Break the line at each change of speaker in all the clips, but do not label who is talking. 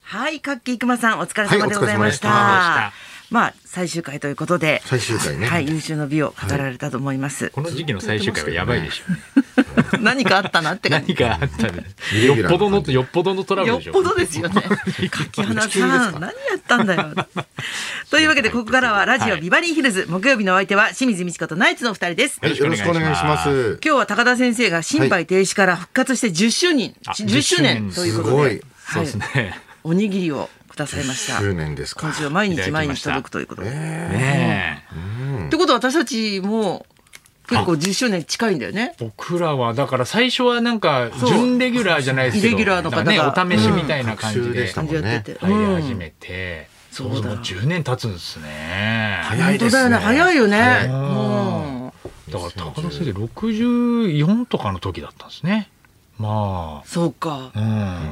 はい、かっきーくまさん、お疲れ様でございました。
はいお疲れ様でした
まあ、最終回ということで、
最終回ね
はい、優秀の美を語られたと思います。
この時期の最終回はやばいでしょ。
何かあったなって感 じ
何かあったんです。
イレギュ
よっ
ラーな
ぽどの、よっぽどのトラブ
よ
ル
っ
でしょ。
ぽどですよね。柿 花さん、何やったんだよ。というわけで、ここからはラジオビバリーヒルズ、木曜日のお相手は清水美智子とナイツのお二人です。
はい
よろしくお願いします。
今日は高田先生が心肺停止から復活して10周年、
あ
10周年
10周年
ということ
すご
で
い、
そうですね。
おにぎりをくださいました。
10年ですか
今。週は毎
いただ
日
きました
毎日届くということで。
ねえ。
ってことは私たちも結構10周年近いんだよね。
僕らは、だから最初はなんか、
そう
準レギュラーじゃないですけど。
イレギュラーの方が
なんかね、お試しみたいな感
学
じ
習
で
でし。た
入
も
感
んね
じやってて。
り始めて。
そうだ
もう10年経つんですね。
早いですね
本当だよね。早いよね。
うん
もう
だから高田先生64とかの時だったんですね。ま
そうか
あ。う。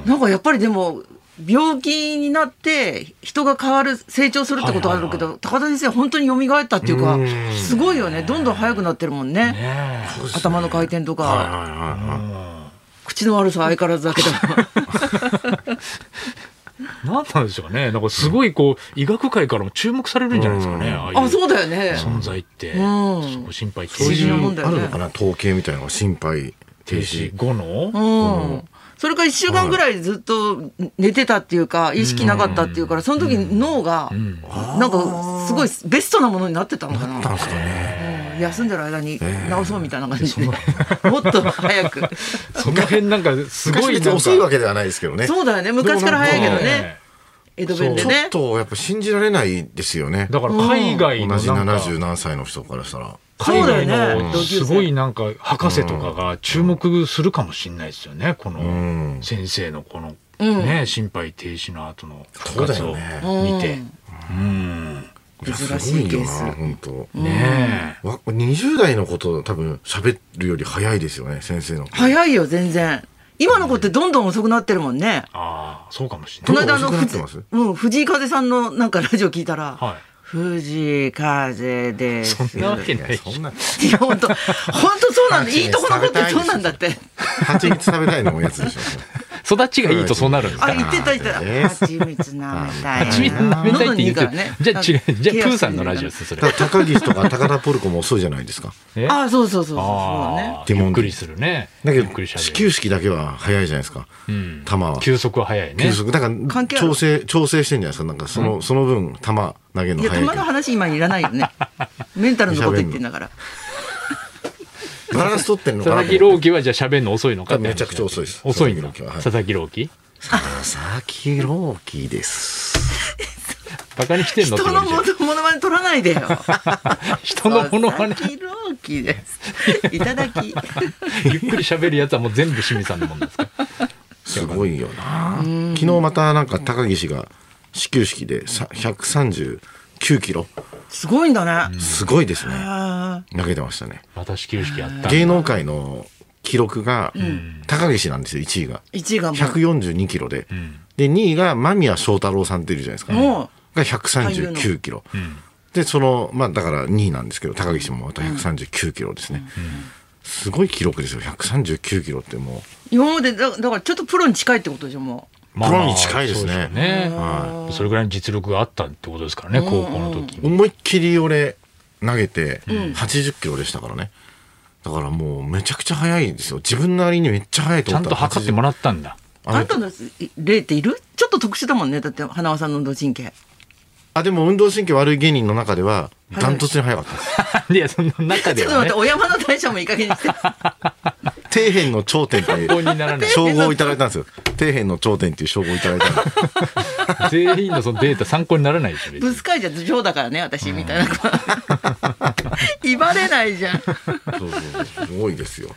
ん。
なんかやっぱりでも病気になって人が変わる成長するってことはあるけど、
は
高田先生は本当に蘇ったっていうか
うん
すごいよねどんどん速くなってるもんね
ねえ。
頭の回転とか、
はいはいはいはい。
口の悪さは相変わらずだけ ど
なんなんでしょうね。なんかすごいこう、医学界からも注目されるんじゃないですかね。
うん
ああいう
あそうだよね
存在って。
うん
そこ心配停
不思議なもん
止。
だ
あ
よ
る
ね
のかな統計みたいなのが心肺停
停
止
止。後の、
うんそれから1週間ぐらいずっと寝てたっていうか意識なかったっていうからその時脳が
ん
なんかすごいベストなものになってたのかな
なんですかね。
うん休んでる間に治そうみたいな感じで もっと早く
その辺なんかす
昔
ご
別
いなん
に
か。
遅いわけではないですけどね。
そうだよね昔から早いけどね江戸弁で
ちょ
ね
っとやっぱ信じられないですよね。
だから海外
同
の
じ
なんか、
70何歳の人からしたら。
海外
そうだよね
の
同級生
すごいなんか博士とかが注目するかもしれないですよね。こ
ん
の先生のこの
うん
ね、心肺停止の後の復活を
そうだよ
ね
見て。うん。
珍しい
やすごい
ケ
よ
ー
な
ス
本当。
ねえ。
わ20代のこと多分喋るより早いですよね先生の。
早いよ全然今の子ってどんどん遅くなってるもんね
ああ、そうかもしれ
こ
ない。
の間あの
遅くなって
ふ
ます
じうん藤井風さんのなんかラジオ聞いたら
はい
「藤井風です」
そんなわけない
やそんな。
いや本当本当そうなんだいいとこの子ってそうなんだって
蜂蜜食べたいのもやつでしょ。
育ちがいいとそうなるんです
あ
か
言ってた言ってた
えー
蜂蜜なめたい
蜂蜜舐めたいって言うけど、じゃあ違う、じゃあプーさんのラジオです、それ
だ。から高岸とか高田ポルコも遅いじゃないですか。
え
あそうそうそうそうそうね
あー、ゆっくりするね。
だけ
ゆっく
ど
りしゃべる
始球式だけは早いじゃないですか。
ん
球は。
休息は早いね。
球速だから
関係ある
調整調整してんじゃないですか。なんかその、その分球投げる
い
の
や
早い
玉
け
の話今いらないよねメンタルのこと言ってんだ から
ど。バランス取ってんの
佐
かなと思っ
々木
て。
朗希はじゃあ喋るの遅いのかって話
めちゃくちゃ遅いです
遅いんだ。
佐々木朗希ははい
佐々木
佐々木
朗希
朗希です。
バカにしてんのって
人
言わ
の
れ
も
ちゃう
のものまね取らないでよ
人のものはね
佐、々木朗希ですいただき
ゆっくり喋るやつはもう全部清水さんのもんですか
すごいよな。昨日またなんか高岸が始球式でさ139キロ
すごいんだね
すごいですね。
あ
投げてましたね。
また始球式やったんだ。
芸能界の記録が高岸なんですよ1位が。
ー1位がもう
142キロで、で2位が間宮祥太朗さんっているじゃないですか、
うん
が139キロ、でそのまあだから2位なんですけど高岸もまた139キロですね、すごい記録ですよ139キロっても
今までだだからちょっとプロに近いってことでしょも
まあ
プ
まあ
ロに近いですね
そうよね
う、は
それぐらいの実力があったってことですからね、高校の時
い、
に。
思いっきり俺投げて80キロでしたからねだからもうめちゃくちゃ速いんですよ自分なりにめっちゃ速いと
ちゃ
思った
んと測っても
ら
らったんだ。
うあんたの例っているちょっと特殊だもんねだって花輪さんの運動神経
あでも運動神経悪い芸人の中ではダントツに速かったです
いや、その中
ちょ
で
っと待
は
っ
ね
て、。お山の大将もいい加減に して
底辺の頂点ってい
参考にならな
う
い
称号をいただいたんですよ。底辺の頂点っていう称号をいただいたんです
全員のそのデータ参考にならないでしょ別
ブ
に
スカイじゃ頭上だからね私みたいな子 威張れないじゃん
そうそうそうすごいですよ。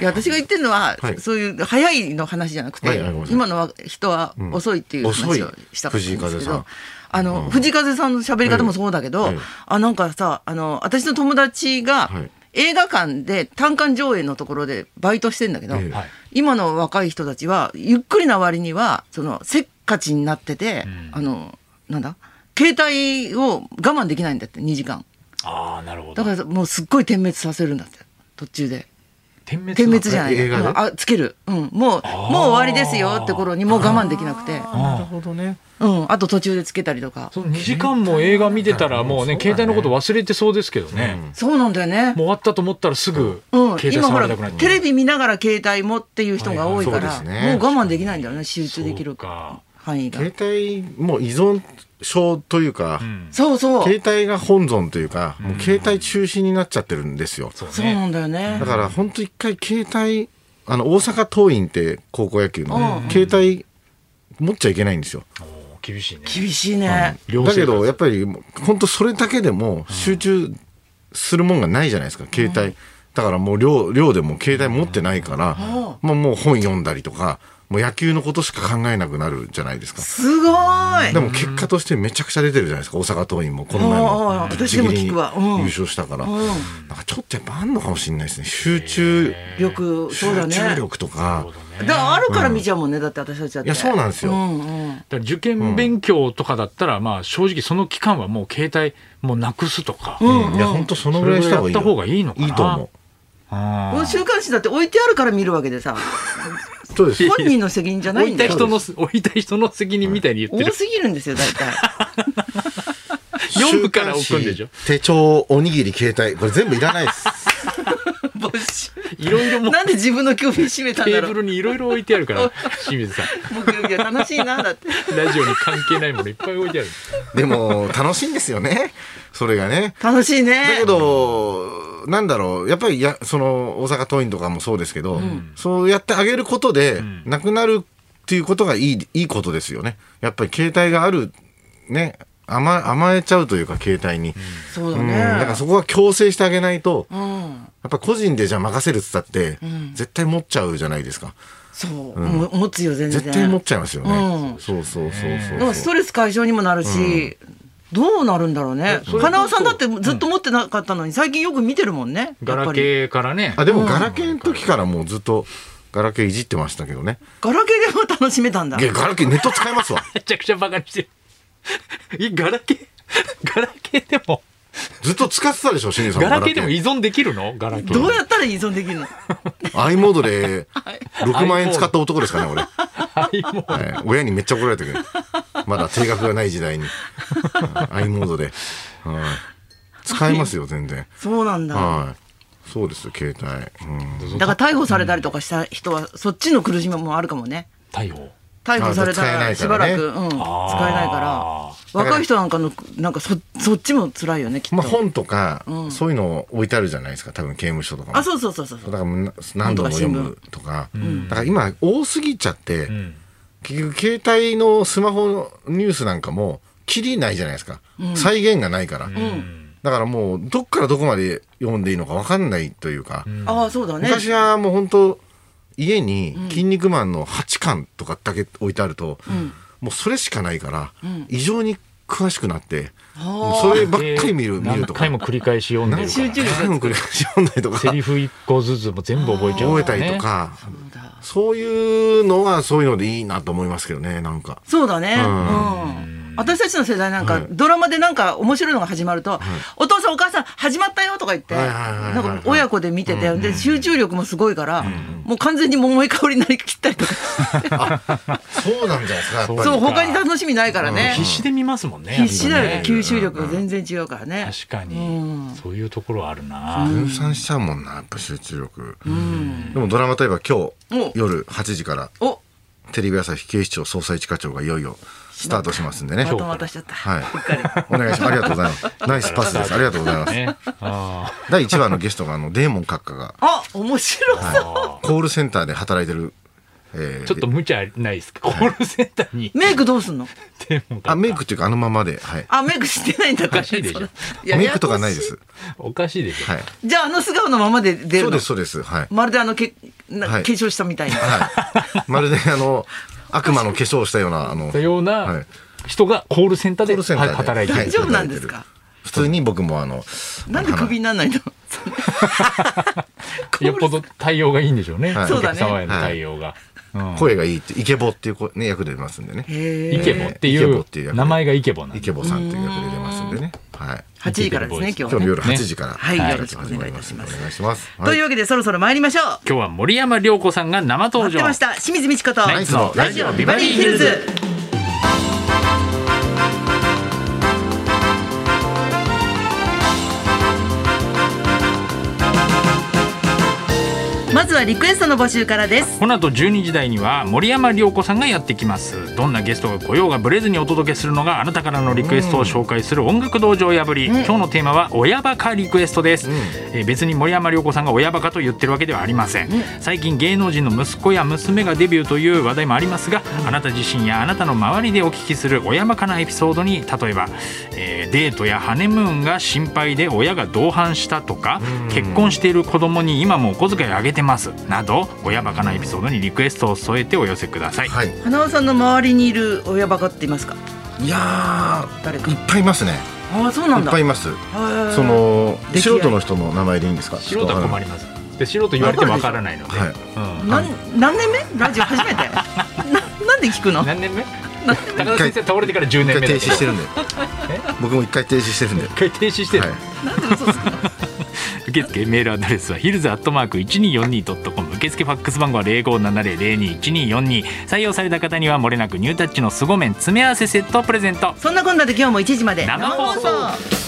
いや私が言ってるのは、
はい
そういう早いの話じゃなくて、
はいはいごめんなさい
今のは人は遅いっていう話を
遅い
したかったんです
藤井
け
風さ
ど
ん。
あの、藤井風さんの喋り方もそうだけど、
ええ
あなんかさあの私の友達が
はい
映画館で単館上映のところでバイトしてんだけど、
ええ
はい
今の若い人たちはゆっくりな割にはそのせっかちになってて、あのなんだ携帯を我慢できないんだって2時間
ああなるほど
だからもうすっごい点滅させるんだって途中で
点滅
点滅じゃない
映画で
もうあつける、うん、もう
あー
もう終わりですよって頃にもう我慢できなくて
あーなるほどね
うん、あと途中でつけたりとか
その2時間も映画見てたらもうね
携
携
帯の
帯の
こ
ことと忘れてそうですけどね、
うん
も
そうなんだよね
う終わったと思ったらすぐ
うん、
携帯
今ほ
触
ら
りたくなっちゃう、
テレビ見ながら携帯もっていう人が多いから、
はいはいそうですね
もう我慢できないんだよね集中でき
そう
る
か
範囲が
携帯もう依存症というか、
うん
そうそう
携帯が本尊というか、もう携帯中心になっちゃってるんですよ。
そうね
そうなんだよね
だから本当一回携帯、あの大阪桐蔭って高校野球の、
う
携帯持っちゃいけないんですよ。
おー厳しいね
厳しいね、
両
だ
生活
けどやっぱりもう本当それだけでも集中するもんがないじゃないですか、携帯。だからもう寮寮でも携帯持ってないから、もうもう本読んだりとか、もう野球のことしか考えなくなるじゃないですか。
すごーい
でも結果としてめちゃくちゃ出てるじゃないですか大阪桐蔭もこの前
うんうんうん
も
私でも聞くわ
ジギリ
うん
優勝したから、
ん
なんかちょっとやっぱあんのかもしれないですね集中、
よくそうだ
集
ね
中力と
な
か
るほどね
だからあるから見ちゃうもんね、だって私たちだっ
い
て
やそうなんんですよ、
うんうん
だから受験勉強とかだったら、まあ正直その期間はもう携帯もうなくすとか、
ん
いや本当そのぐらいした方がいいよ
それぐらいやった方がいいのかない
いと思
あ
こ
ー
の週刊誌だって置いてあるから見るわけでさ
うそうです
本人の責任じゃな
置
いん
い
だ
た
よ
人の置いた人の責任みたいに言って
多
る、
すぎるんですよ大 体
読むから置くんでし
週
ょ
刊誌手帳おにぎり携帯これ全部いらないです
没収
いろいろもう
なんで自分の興味締めたん
テ
だ
ー
ろ
ブ
う
ルにいろいろ置いてあるから清水さん
木曜日は楽しいなだって
ラジオに関係ないものいっぱい置いてある
でも楽しいんですよねそれがね
楽しいね
だけど、なんだろう、やっぱりやその大阪桐蔭とかもそうですけど、そうやってあげることで、
ん
なくなるっていうことがいいいいことですよね。やっぱり携帯がある、ね、甘甘えちゃうというか、携帯に。
そうだ
うん
ね
だからそこは強制してあげないと、や
うん
っぱ個人でじゃあ任せるっつったって、絶対持っちゃうじゃないですか。
そう、も持つよ全然
絶対持っちゃいますよね。
うん
そうそうそう
だか
そう
らストレス解消にもなるし、どうなるんだろうね
それ
金尾さんだってずっと持ってなかったのに、最近よく見てるもんね
ガ
やっぱ
ラ
り
ケーからね
あ、でもガラケーの時からもうずっとガラケーいじってましたけどね。
ガラケーでも楽しめたんだ
いやガラケーネット使いますわ。
めちゃくちゃバカにしてる えガラケーガラケーでも
ずっと使ってたでしょ、清水さん。
ガラケーでも依存できるのガラケー
どうやったら依存できるの
アイモードで6万円使った男ですかね、俺。
はいもう
はい親にめっちゃ怒られたけど。まだ定額がない時代に。はいアイモードで。はい使えますよ、全然。
そうなんだ
はい。そうですよ、携帯。うん
だから逮捕されたりとかした人はそっちの苦しみもあるかもね
逮捕
逮捕されたら
あ
し
使え
ば
ないからね
らくうん、使え
あー
ないから若い人なんかのなんかそそっちも辛いよねきっと、
まあ本とか、そういうの置いてあるじゃないですか、多分刑務所とかも
あ。そうそうそうそう
だからもうな何度も読むとか。だから今多すぎちゃって、結局携帯のスマホのニュースなんかも、キリないじゃないですか。再現がないから。だからもうどっからどこまで読んでいいのか分かんないというか、
ああそうだね
昔はもう本当家に「筋肉マン」の8巻とかだけ置いてあると、もうそれしかないから、異常に詳しくなって、もうそればっかり見る見る
何
とか
回も繰り返し読んでる
何
から
集中力
回も繰り返し読んだりとか
セリフ一個ずつも全部覚えちゃう
覚え
か
た
らね
りとか、
そうだ
そういうのはそういうのでいいなと思いますけどねなんか。
そうだね。う
うん
ん。私たちの世代なんか、
はい
ドラマでなんか面白いのが始まると、お父さんお母さん始まったよとか言って、
はいはいはいはい
なんか親子で見てて、で、集中力もすごいから、もう完全に桃井香りになりきったり とか、
そうなんじゃないですかやっぱ
そう、
り
そうか
他に楽しみないからね
必。死で見ますもんね
必死だよね
や。っぱね
吸収力が全然違うからね。
確か
うん
にそういうところあるな
分散しちゃうもんなやっぱ集中力、でもドラマといえば今
お
日夜8時から
お
テレビ朝日警視庁捜査一課長がいよいよスタートしますんでね
またまたしちゃった。
はいお願いしますありがとうございますナイスパスですありがとうございます
ねあ
第1話のゲストがあのデーモン閣下が
あ、面白そう。
あ
コールセンターで働いてる、えー
ちょっと無茶ないですかコールセンターに
メイクどうすんの
でも
あメイクっていうかあのままではい
あ、メイクしてないんだから。
おかしいでしょ
それ
メイクとかないで。
やや
す
おかしいでしょ
はい
こしいじゃあ、あの素顔のままで出る
そ
の
うですそうですはい、
まるであのけな、
はい
化粧したみたいな。
はい、まるであの悪魔の化粧をしたようなあの
たよう
は
ない人がコールセンター
コールセ
で
ンターで
働いて
は
大
い
る
丈夫なんですか。
普通に僕もあの
なんでクビになら ないの。
よっぽど対応がいいんでしょうね
はい
お客様への
はい
対応がうん
声がいいってイケボっていう声ね役で出ますんでね
へ
イ
え
ケボってい
イケボ
う
っていう役で
名前がイケボなん
イ
で
ケボさんっていう役で出ますんでねはい
8時からですね今
今
日は
日の
ね
夜
ね
8時から
はい
ラジオ
よろしくお願いいたします
始りお願いします
というわけでそろそろ参りましょう
今日は森山良子さんが生登
待って
場
ました清水美智子と
ナイツの
ラジオビ
ビバリーヒルズまずはリクエストの募集からです
この後12時台には森山良子さんがやってきますどんなゲストが来ようがブレずにお届けするのがあなたからのリクエストを紹介する音楽道場破り、今日のテーマは親バカリクエストです、えー別に森山良子さんが親バカと言ってるわけではありません、最近芸能人の息子や娘がデビューという話題もありますが、あなた自身やあなたの周りでお聞きする親バカなエピソードに例えば、えーデートやハネムーンが心配で親が同伴したとか、結婚している子供に今もお小遣いあげてますなど親バカなエピソードにリクエストを添えてお寄せください、
はい
花輪さんの周りにいる親バカっていますか
いや
誰か
ーいっぱいいますね
ああそうないん
っ
だ
ぱいいます
へえ
その
出来合
素
い
人の人の名前でいいんですか
素人は困りますで素人言われてもわからないので、
はい
うん
なん何年目ラジオ初めて ななんで聞くの
何年目高田先生倒れてから10
一
年
回
目
停止
だ
し
けど
てるんで僕も一回停止してるんでは
一回停止してる、
い
なんで嘘つくの
受付メールアドレスはヒルズアットマーク 1242.com 受付ファックス番号は0570021242採用された方にはもれなくニュータッチの凄麺詰め合わせセットをプレゼント
そんなこんなで今日も1時まで
生放送
生放送